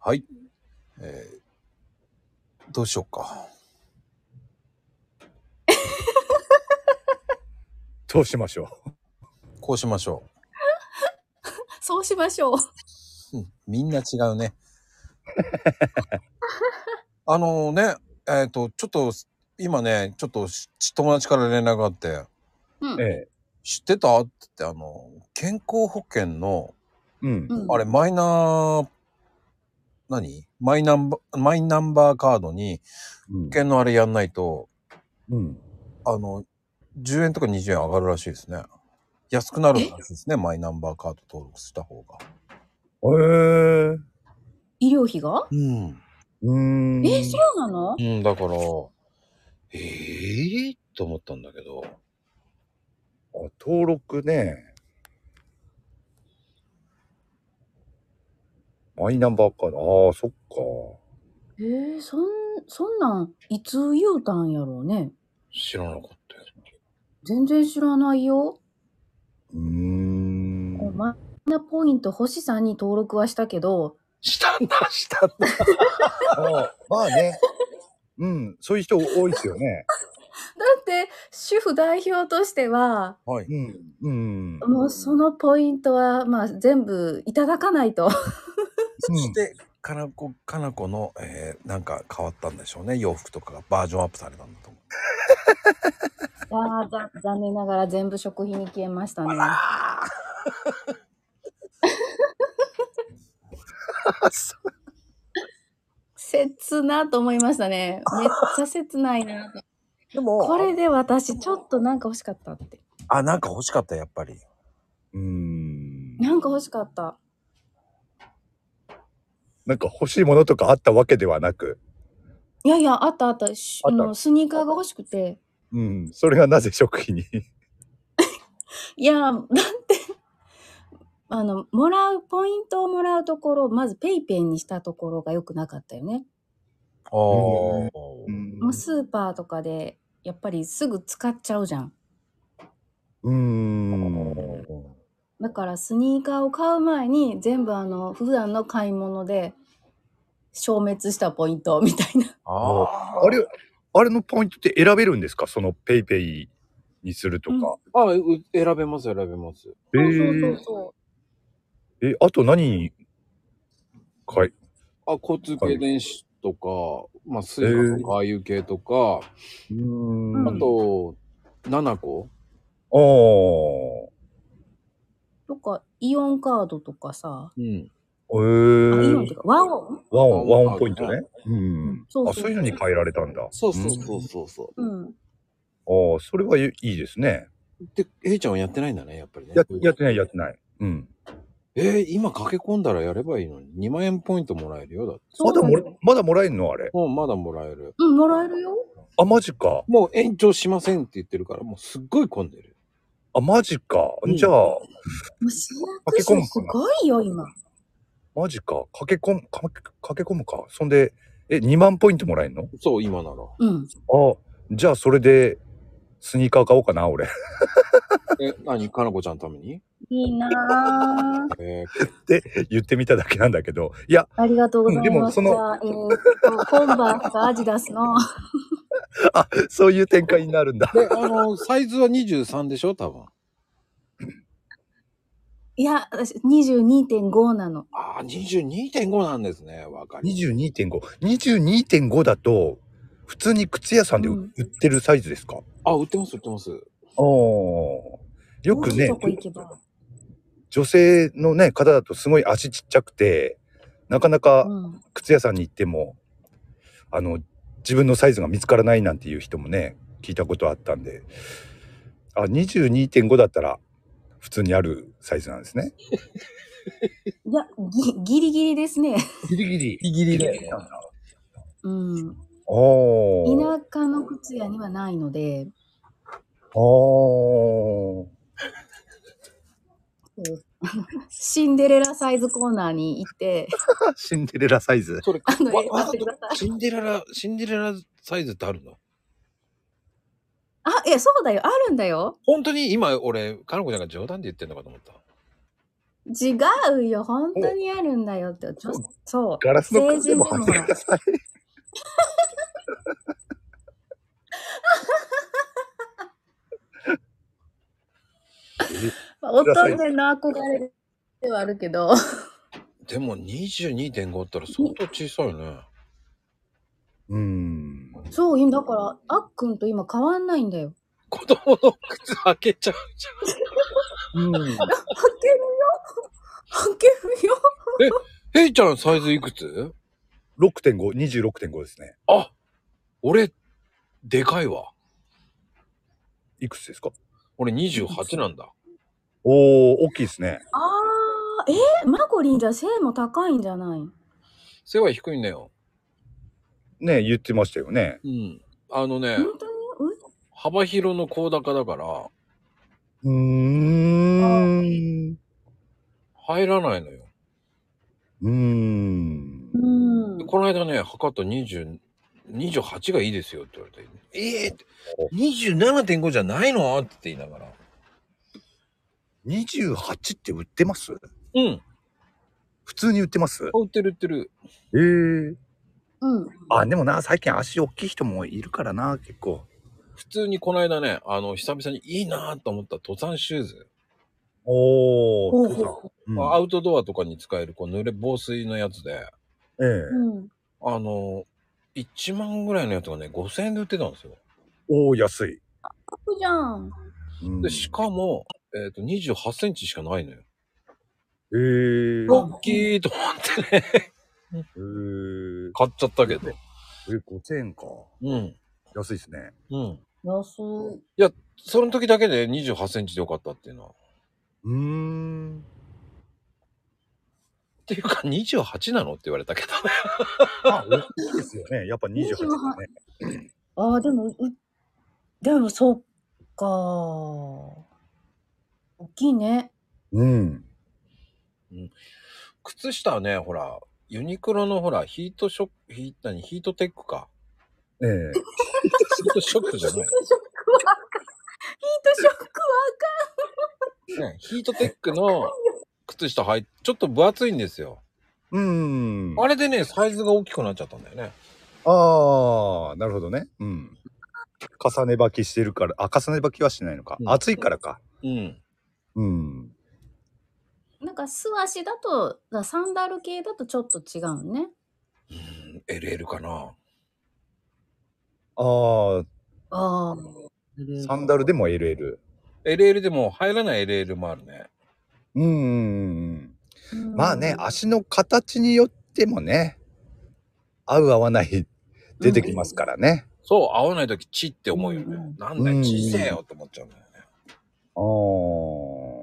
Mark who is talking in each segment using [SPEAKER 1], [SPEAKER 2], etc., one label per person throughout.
[SPEAKER 1] はい。えー、どうしようか。
[SPEAKER 2] どうしましょ
[SPEAKER 1] こうしましょ
[SPEAKER 3] そうしましょう。
[SPEAKER 1] う。うんみんな違うね。 あのね、えっ、と、ちょっと、今ね、ちょっとし友達から連絡があって、
[SPEAKER 3] う
[SPEAKER 2] う。
[SPEAKER 3] ん。
[SPEAKER 2] ええ。
[SPEAKER 1] 知ってたって言って、あの、健康保険の、
[SPEAKER 2] うん。
[SPEAKER 3] うん
[SPEAKER 1] あれ、マイナー、何マイナンバー、マイナンバーカードに、
[SPEAKER 2] うん
[SPEAKER 1] 保。険のあれやんないと、
[SPEAKER 2] うん。
[SPEAKER 1] あの、10円とか20円上がるらしいですね。安くなるらしいですね、マイナンバーカード登録した方が。
[SPEAKER 2] ええ。
[SPEAKER 3] 医療費が
[SPEAKER 1] うん。
[SPEAKER 2] うーん。
[SPEAKER 3] え、そうなの
[SPEAKER 1] うん、だから、ええと思ったんだけど、
[SPEAKER 2] あ登録ね。マイナンバーカード。ああ、そっか。
[SPEAKER 3] えー、そん、そんなん、いつ言うたんやろうね。
[SPEAKER 1] 知らなかったよ。
[SPEAKER 3] 全然知らないよ。
[SPEAKER 2] うーん。
[SPEAKER 3] こうマイナポイント星さんに登録はしたけど、
[SPEAKER 1] したんだ、したんだ。
[SPEAKER 2] あーまあね。うん。そういう人多いですよね。
[SPEAKER 3] だって、主婦代表としては、
[SPEAKER 1] はい。
[SPEAKER 2] うん。うん。
[SPEAKER 3] もうそのポイントは、まあ、全部いただかないと。
[SPEAKER 1] そして、かなこ、かなこの、えー、なんか変わったんでしょうね。洋服とかがバージョンアップされたんだと思う。
[SPEAKER 3] いやーざ残念ながら全部食費に消えましたね。
[SPEAKER 1] あ
[SPEAKER 3] 切なと思いましたね。めっちゃ切ないな と。
[SPEAKER 1] でも、
[SPEAKER 3] これで私、ちょっとなんか欲しかったって。
[SPEAKER 1] あ、なんか欲しかった、やっぱり。
[SPEAKER 2] うん。
[SPEAKER 3] なんか欲しかった。
[SPEAKER 2] なんか欲しいものとかあったわけではなく、
[SPEAKER 3] いやいや、あったあった。し
[SPEAKER 2] あった
[SPEAKER 3] あのスニーカーが欲しくて。
[SPEAKER 2] うん。それがなぜ食費に。
[SPEAKER 3] いや、だって、 あの、もらう、ポイントをもらうところ、まずペイペイにしたところが良くなかったよね。
[SPEAKER 1] ああ、
[SPEAKER 2] ん
[SPEAKER 3] もうスーパーとかで、やっぱりすぐ使っちゃうじゃん。
[SPEAKER 2] うーん。
[SPEAKER 3] だからスニーカーを買う前に全部あの普段の買い物で消滅したポイントみたいな
[SPEAKER 1] ああ
[SPEAKER 2] あれ、あれのポイントって選べるんですかそのペイペイにするとか。
[SPEAKER 1] あう選べます、選べます。
[SPEAKER 2] え
[SPEAKER 3] そうそうそ
[SPEAKER 2] ー、
[SPEAKER 3] うそ
[SPEAKER 2] え、あと何かい、
[SPEAKER 1] あ、交通系電子とか、まあ、スイ
[SPEAKER 2] え
[SPEAKER 1] カ
[SPEAKER 2] ー
[SPEAKER 1] とか、ああいう系とか、
[SPEAKER 2] う
[SPEAKER 3] うん
[SPEAKER 2] ん。
[SPEAKER 1] あと、7個
[SPEAKER 2] あ
[SPEAKER 3] うとかイオンカードとかさ、
[SPEAKER 1] うん。
[SPEAKER 2] あ。え
[SPEAKER 3] あイオンっ
[SPEAKER 2] ー
[SPEAKER 3] てい、うかワオン
[SPEAKER 2] 和音、和音ポイントね。うん。
[SPEAKER 3] そうそう
[SPEAKER 2] あ、そういうのに変えられたんだ。
[SPEAKER 1] そうそうそうそうそう。
[SPEAKER 3] うん
[SPEAKER 2] うん。ああ、それはいいいですね。
[SPEAKER 1] で、えいちゃんはやってないんだね、やっぱりね。
[SPEAKER 2] や、やってない、やってない。うん。
[SPEAKER 1] えー、今駆け込んだらやればいいのに、2万円ポイントもらえるよ、だって。
[SPEAKER 3] そ
[SPEAKER 2] ま
[SPEAKER 3] う
[SPEAKER 2] だ
[SPEAKER 3] な
[SPEAKER 2] もら
[SPEAKER 3] の、
[SPEAKER 2] まだもらえんのあれ。
[SPEAKER 1] もうまだもらえる。
[SPEAKER 3] うんもらえるよ
[SPEAKER 2] あ、マジか。
[SPEAKER 1] もう延長しませんって言ってるから、もうすっごい混んでる。
[SPEAKER 2] あ、マジか。じゃあ、
[SPEAKER 3] もう市役所すごいよ今
[SPEAKER 2] マジか。駆け込む、か駆け込むか。そんで、え、2万ポイントもらえんの
[SPEAKER 1] そう、今なら。
[SPEAKER 3] うん
[SPEAKER 2] あ、じゃあそれで、スニーカー買おうかな、俺。
[SPEAKER 1] え、何かなこちゃんのために
[SPEAKER 3] いいなぁ
[SPEAKER 1] え
[SPEAKER 2] 言ってみただけなんだけど。いや、
[SPEAKER 3] ありがとうございます、
[SPEAKER 2] うんでもその
[SPEAKER 3] じゃあ、えー、コンバースかアディダスの
[SPEAKER 2] あ、そういう展開になるんだ。
[SPEAKER 1] ー、で、あの、サイズは23でしょ、多分。
[SPEAKER 3] いや私22.5なの
[SPEAKER 1] ああ、22.5なんですね。わかりました。
[SPEAKER 2] 22.5。22.5だと、普通に靴屋さんで
[SPEAKER 3] うん
[SPEAKER 2] 売売ってるサイズですか、あ
[SPEAKER 1] あ、売ってます、売ってます。
[SPEAKER 2] あ。よく
[SPEAKER 3] 大きい
[SPEAKER 2] ね
[SPEAKER 3] と、こ行けば、
[SPEAKER 2] 女性のね、方だとすごい足ちっちゃくて、なかな
[SPEAKER 3] う
[SPEAKER 2] か
[SPEAKER 3] ん、
[SPEAKER 2] 靴屋さんに行っても、あの、自分のサイズが見つからないなんていう人もね、聞いたことあったんで、あ、22.5だったら普通にあるサイズなんですね。
[SPEAKER 3] いやぎギリギリですね
[SPEAKER 2] ギリギリ。
[SPEAKER 1] ギリギリだよね
[SPEAKER 2] あ
[SPEAKER 3] うん、
[SPEAKER 2] あー。
[SPEAKER 3] 田舎の靴屋にはないので、
[SPEAKER 2] あー。
[SPEAKER 3] シンデレラサイズコーナーに 行って、
[SPEAKER 2] シンデレラサイズ。
[SPEAKER 1] それ、
[SPEAKER 3] あの、
[SPEAKER 1] わ
[SPEAKER 3] え
[SPEAKER 1] わ
[SPEAKER 3] 待っ
[SPEAKER 1] ざ
[SPEAKER 3] てくださ
[SPEAKER 1] と
[SPEAKER 3] い。
[SPEAKER 1] シンデレラ、シンデレラサイズってあるの
[SPEAKER 3] あ、いや、そうだよ。あるんだよ。
[SPEAKER 1] 本当に今、俺、かのこちゃんが冗談で言ってんのかと思った。
[SPEAKER 3] 違うよ、本当にあるんだよって。ちょ
[SPEAKER 2] そう
[SPEAKER 3] そう。
[SPEAKER 2] ガラスの
[SPEAKER 3] 成
[SPEAKER 2] 缶で
[SPEAKER 3] 人で
[SPEAKER 2] も
[SPEAKER 3] も
[SPEAKER 2] 入っ
[SPEAKER 3] ほ
[SPEAKER 2] て
[SPEAKER 3] ら
[SPEAKER 2] ください。
[SPEAKER 3] 大人の憧れではあるけ ど、
[SPEAKER 1] でも22.5ったら相当小さいね。
[SPEAKER 2] うん。
[SPEAKER 3] そう、今だから、あっくんと今変わんないんだよ。
[SPEAKER 1] 子供の靴開けちゃうじゃん。
[SPEAKER 2] うん。
[SPEAKER 3] 履けるよ履けるよ
[SPEAKER 1] ヘイちゃんサイズいくつ
[SPEAKER 2] 六点五、二十六点五ですね。
[SPEAKER 1] あ俺、でかいわ。
[SPEAKER 2] いくつですか。
[SPEAKER 1] 俺28なんだ。
[SPEAKER 2] おお、大きいですね。
[SPEAKER 3] あー、えマコリンじゃ背も高いんじゃない
[SPEAKER 1] 背は低いんだよ。
[SPEAKER 2] ね、言ってましたよね。
[SPEAKER 1] うん。あのね、
[SPEAKER 3] 本当に
[SPEAKER 1] 幅広の高高だから、
[SPEAKER 2] うーん。
[SPEAKER 1] 入らないのよ。
[SPEAKER 2] うーん。
[SPEAKER 3] うん。うん
[SPEAKER 1] でこの間ね、測った20、28がいいですよって言われて、ええー、27.5じゃないのって言いながら。
[SPEAKER 2] 二十八って売ってます。
[SPEAKER 1] うん。
[SPEAKER 2] 普通に売ってます。
[SPEAKER 1] 売ってる売ってる。
[SPEAKER 2] ええ
[SPEAKER 3] うん。
[SPEAKER 2] あ、でもな、最近足大きい人もいるからな、結構。
[SPEAKER 1] 普通にこの間ね、あの、久々にいいなと思った登山シューズ。
[SPEAKER 2] お
[SPEAKER 3] ほう
[SPEAKER 2] お。
[SPEAKER 3] ほう
[SPEAKER 2] うん
[SPEAKER 1] まあアウトドアとかに使える、こう、濡れ防水のやつで、
[SPEAKER 2] ええ
[SPEAKER 3] うん。
[SPEAKER 1] あの、1万ぐらいのやつがね、5000円で売ってたんですよ。
[SPEAKER 2] おお、安い。
[SPEAKER 3] そうじゃん。
[SPEAKER 2] うん
[SPEAKER 1] で、しかも、えっ、と、28センチしかないのよ。
[SPEAKER 2] ええ
[SPEAKER 1] ロッキーと思ってね、
[SPEAKER 2] えー、
[SPEAKER 1] 買っちゃったけど。
[SPEAKER 2] え、5000円か。
[SPEAKER 1] うん。
[SPEAKER 2] 安いですね。
[SPEAKER 1] うん。
[SPEAKER 3] 安い。
[SPEAKER 1] その時だけで28センチでよかったっていうのは。
[SPEAKER 2] うーん。
[SPEAKER 1] っていうか、28なのって言われたけど ね。
[SPEAKER 2] あ、大きいですよね。やっぱ28ですね。
[SPEAKER 3] ああ、でも、うでも、そっか。大きいね。
[SPEAKER 2] うん。
[SPEAKER 1] 靴下はね、ほら、ユニクロのほら、ヒートショック、ヒー何ヒートテックか。
[SPEAKER 2] ええ
[SPEAKER 1] ヒートショックじゃ
[SPEAKER 3] ヒー
[SPEAKER 1] ない
[SPEAKER 3] トショックはあかん。ヒートショックはあかん。
[SPEAKER 1] ね、ヒートテックの靴下入っちょっと分厚いんですよ。
[SPEAKER 2] うーん。
[SPEAKER 1] あれでね、サイズが大きくなっちゃったんだよね。
[SPEAKER 2] ああ、なるほどね。うん。重ね履きしてるから、あ、重ね履きはしてないのか。
[SPEAKER 1] うん
[SPEAKER 2] 暑いからか。
[SPEAKER 1] うん。
[SPEAKER 2] うん。
[SPEAKER 3] なんか素足だとだサンダル系だとちょっと違うね。
[SPEAKER 1] うん、LL かな。
[SPEAKER 2] ああ、
[SPEAKER 3] ああ。
[SPEAKER 2] サンダルでも LL。
[SPEAKER 1] LL でも入らない LL もあるね。
[SPEAKER 2] うんうんうん。
[SPEAKER 3] うん
[SPEAKER 2] まあね、足の形によってもね、合う合わない出てきますからね。
[SPEAKER 1] そう、合わない時、チって思うよね。
[SPEAKER 3] うん
[SPEAKER 1] なんだ
[SPEAKER 2] う
[SPEAKER 1] よ、
[SPEAKER 2] ん
[SPEAKER 1] ちせえよって思っちゃうんだよね。
[SPEAKER 2] ああ。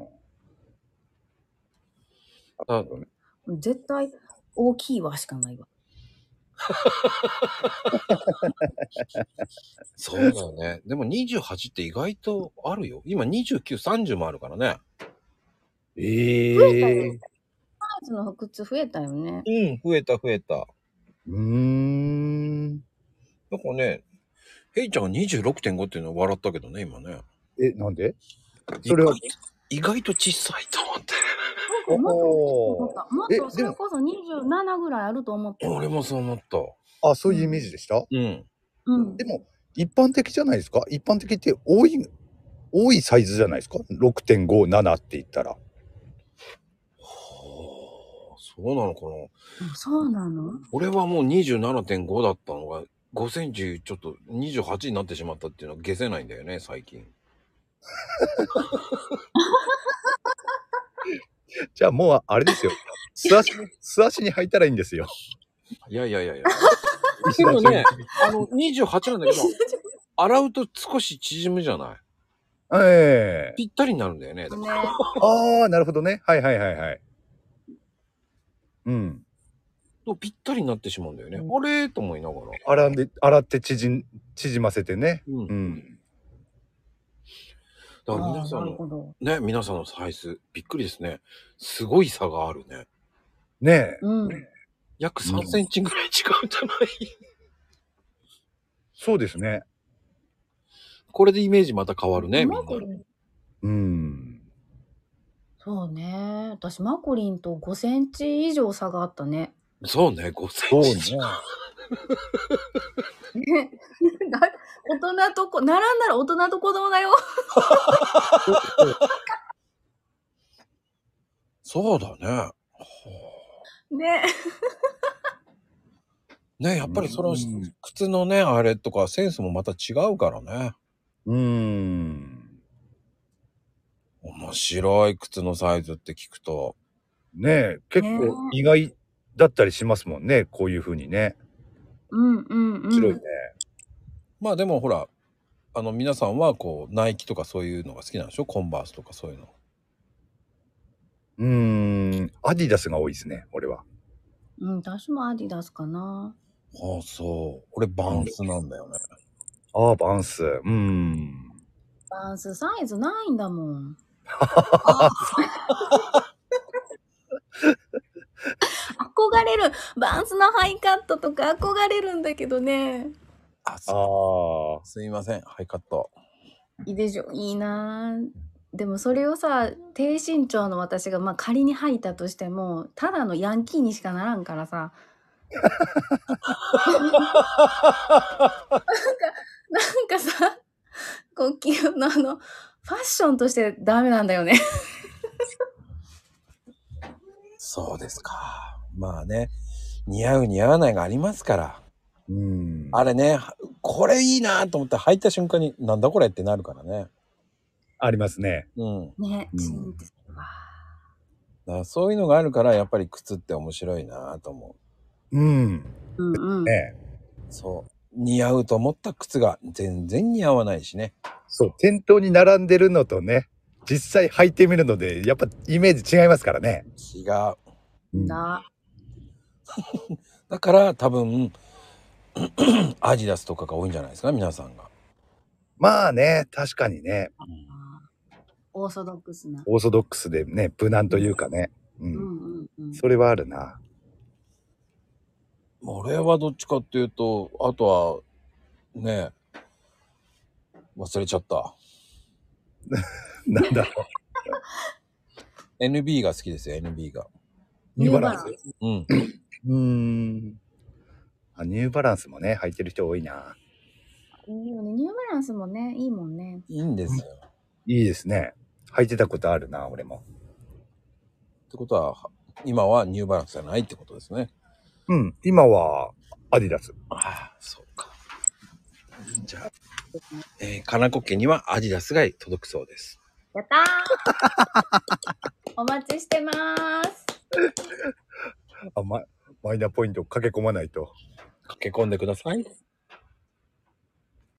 [SPEAKER 2] なるほどね
[SPEAKER 3] 絶対大きいわしかないわ。
[SPEAKER 1] そうだよね。でも28って意外とあるよ。今29、30もあるからね。
[SPEAKER 2] え
[SPEAKER 3] た
[SPEAKER 2] え
[SPEAKER 3] よサイズの靴増えたよね。
[SPEAKER 1] うん、増えた増えた。
[SPEAKER 2] うーん。
[SPEAKER 1] なんかね、ヘイちゃんが26.5っていうのは笑ったけどね、今ね。
[SPEAKER 2] え、なんでそれは
[SPEAKER 1] 意外と小さいと思って。
[SPEAKER 2] お
[SPEAKER 3] なん
[SPEAKER 2] おー。
[SPEAKER 3] かもっ
[SPEAKER 2] え
[SPEAKER 3] とそ
[SPEAKER 2] で
[SPEAKER 3] れ
[SPEAKER 2] も
[SPEAKER 3] こそ27ぐらいあると思って。
[SPEAKER 1] 俺もそう思った。
[SPEAKER 2] あ、そういうイメージでした、
[SPEAKER 1] うん。
[SPEAKER 3] うん
[SPEAKER 2] で。も、一般的じゃないですか一般的って多い、多いサイズじゃないですか ?6.5、7って言ったら。
[SPEAKER 1] はあ、そうなのかな。
[SPEAKER 3] そうなの
[SPEAKER 1] 俺はもう27.5だったのが、5センチちょっと28になってしまったっていうのは消せないんだよね、最近。
[SPEAKER 2] じゃあもうあれ ですよ。素足、素足に履いたらいいんですよ。
[SPEAKER 1] いやいやいやいや。 でもね、あの、28なんだけど、洗うと少し縮むじゃない
[SPEAKER 2] ええ
[SPEAKER 1] ぴったりになるんだよね。だから
[SPEAKER 3] ね。
[SPEAKER 2] ああ、なるほどね。はいはいはいはい。うん。
[SPEAKER 1] ぴったりになってしまうんだよね。
[SPEAKER 2] う
[SPEAKER 1] あれと思いながら。
[SPEAKER 2] 洗んで、洗って縮ん、縮ませてね。
[SPEAKER 1] うん。
[SPEAKER 2] う
[SPEAKER 1] だ
[SPEAKER 2] ん。
[SPEAKER 1] から皆さ
[SPEAKER 3] あ
[SPEAKER 1] ん
[SPEAKER 3] ーなる
[SPEAKER 1] の、
[SPEAKER 3] ほど。
[SPEAKER 1] ね、皆さんのサイズ、びっくりですね。すごい差があるね。
[SPEAKER 2] ねえ。
[SPEAKER 3] うん。
[SPEAKER 1] 約
[SPEAKER 2] うん
[SPEAKER 1] 3センチぐらい違うんじゃない、
[SPEAKER 2] そうですね。
[SPEAKER 1] これでイメージまた変わるね、みんな
[SPEAKER 3] マ。コリン
[SPEAKER 2] うん。
[SPEAKER 3] そうね。私、マコリンと5センチ以上差があったね。
[SPEAKER 1] そうね、5セ
[SPEAKER 2] そ
[SPEAKER 1] ン
[SPEAKER 2] う
[SPEAKER 1] チ
[SPEAKER 2] ね。。
[SPEAKER 3] ねな大人とこ、並んだら大人と子供だよ。
[SPEAKER 1] そうだね。はあ
[SPEAKER 3] ね。
[SPEAKER 1] ね、やっぱりその
[SPEAKER 2] うん
[SPEAKER 1] 靴のね、あれとかセンスもまた違うからね。
[SPEAKER 2] うーん。
[SPEAKER 1] 面白い靴のサイズって聞くと。
[SPEAKER 2] ねえ、結
[SPEAKER 3] ね
[SPEAKER 2] 構意外だったりしますもんね。こういうふうにね。
[SPEAKER 3] うんうんうん。
[SPEAKER 2] 面白いね。
[SPEAKER 1] まあでもほら、あの皆さんはこう、ナイキとかそういうのが好きなんでしょコンバースとかそういうの。
[SPEAKER 2] うーん。アディダスが多いですね、俺は。
[SPEAKER 3] うん、私もアディダスかな。
[SPEAKER 1] ああ、そう。俺バンスなんだよね。
[SPEAKER 2] ああ、バンス。うーん。
[SPEAKER 3] バンスサイズないんだもん。憧れるバンスのハイカットとか憧れるんだけどね。
[SPEAKER 1] あ、
[SPEAKER 2] あ
[SPEAKER 1] す
[SPEAKER 2] あ。
[SPEAKER 1] すいません。ハイカット。
[SPEAKER 3] いいでしょいいなぁでもそれをさ低身長の私がまあ仮に履いたとしてもただのヤンキーにしかならんからさなんかなんかさこうきのあのファッションとしてダメなんだよね
[SPEAKER 1] そうですか。まあね、似合う似合わないがありますから。
[SPEAKER 2] うーん。
[SPEAKER 1] あれね、これいいなと思って履いた瞬間に、なんだこれってなるからね。
[SPEAKER 2] ありますね。
[SPEAKER 1] うん。
[SPEAKER 3] ね
[SPEAKER 2] うん
[SPEAKER 3] チンってわ
[SPEAKER 1] だからそういうのがあるから、やっぱり靴って面白いなと思
[SPEAKER 2] うん。
[SPEAKER 3] うんうん
[SPEAKER 2] ねえ
[SPEAKER 1] う。そう。似合うと思った靴が全然似合わないしね。
[SPEAKER 2] そう、店頭に並んでるのとね、実際履いてみるので、やっぱイメージ違いますからね。
[SPEAKER 1] 違う。
[SPEAKER 2] うん
[SPEAKER 3] だ
[SPEAKER 1] だから多分、 アディダスとかが多いんじゃないですか、皆さんが。
[SPEAKER 2] まあね、確かにね、
[SPEAKER 3] オーソドックスな
[SPEAKER 2] オーソドックスでね、無難というかね。う。
[SPEAKER 3] うんんうんうん
[SPEAKER 2] それはあるな。
[SPEAKER 1] 俺はどっちかっていうと、あとは、ねえ、忘れちゃった。
[SPEAKER 2] なんだろ
[SPEAKER 1] NB が好きですよ、NB が。
[SPEAKER 2] う。ニューバランス。
[SPEAKER 3] ス
[SPEAKER 1] うん。
[SPEAKER 2] うーん。あ、ニューバランスもね、履いてる人多いな。
[SPEAKER 3] いいよねニューバランスもねいいもんね
[SPEAKER 1] いいんですよ。っ
[SPEAKER 2] いいですね。履いてたことあるな、俺も。
[SPEAKER 1] てことは、今はニューバランスじゃないってことですね。
[SPEAKER 2] うん。今は、アディダス。
[SPEAKER 1] ああ、そうか。じゃあ、えー、金子家にはアディダスが届くそうです。
[SPEAKER 3] やった ーお待ちしてます。
[SPEAKER 2] あ、ま、マイナポイント駆け込まないと。
[SPEAKER 1] 駆け込んでください。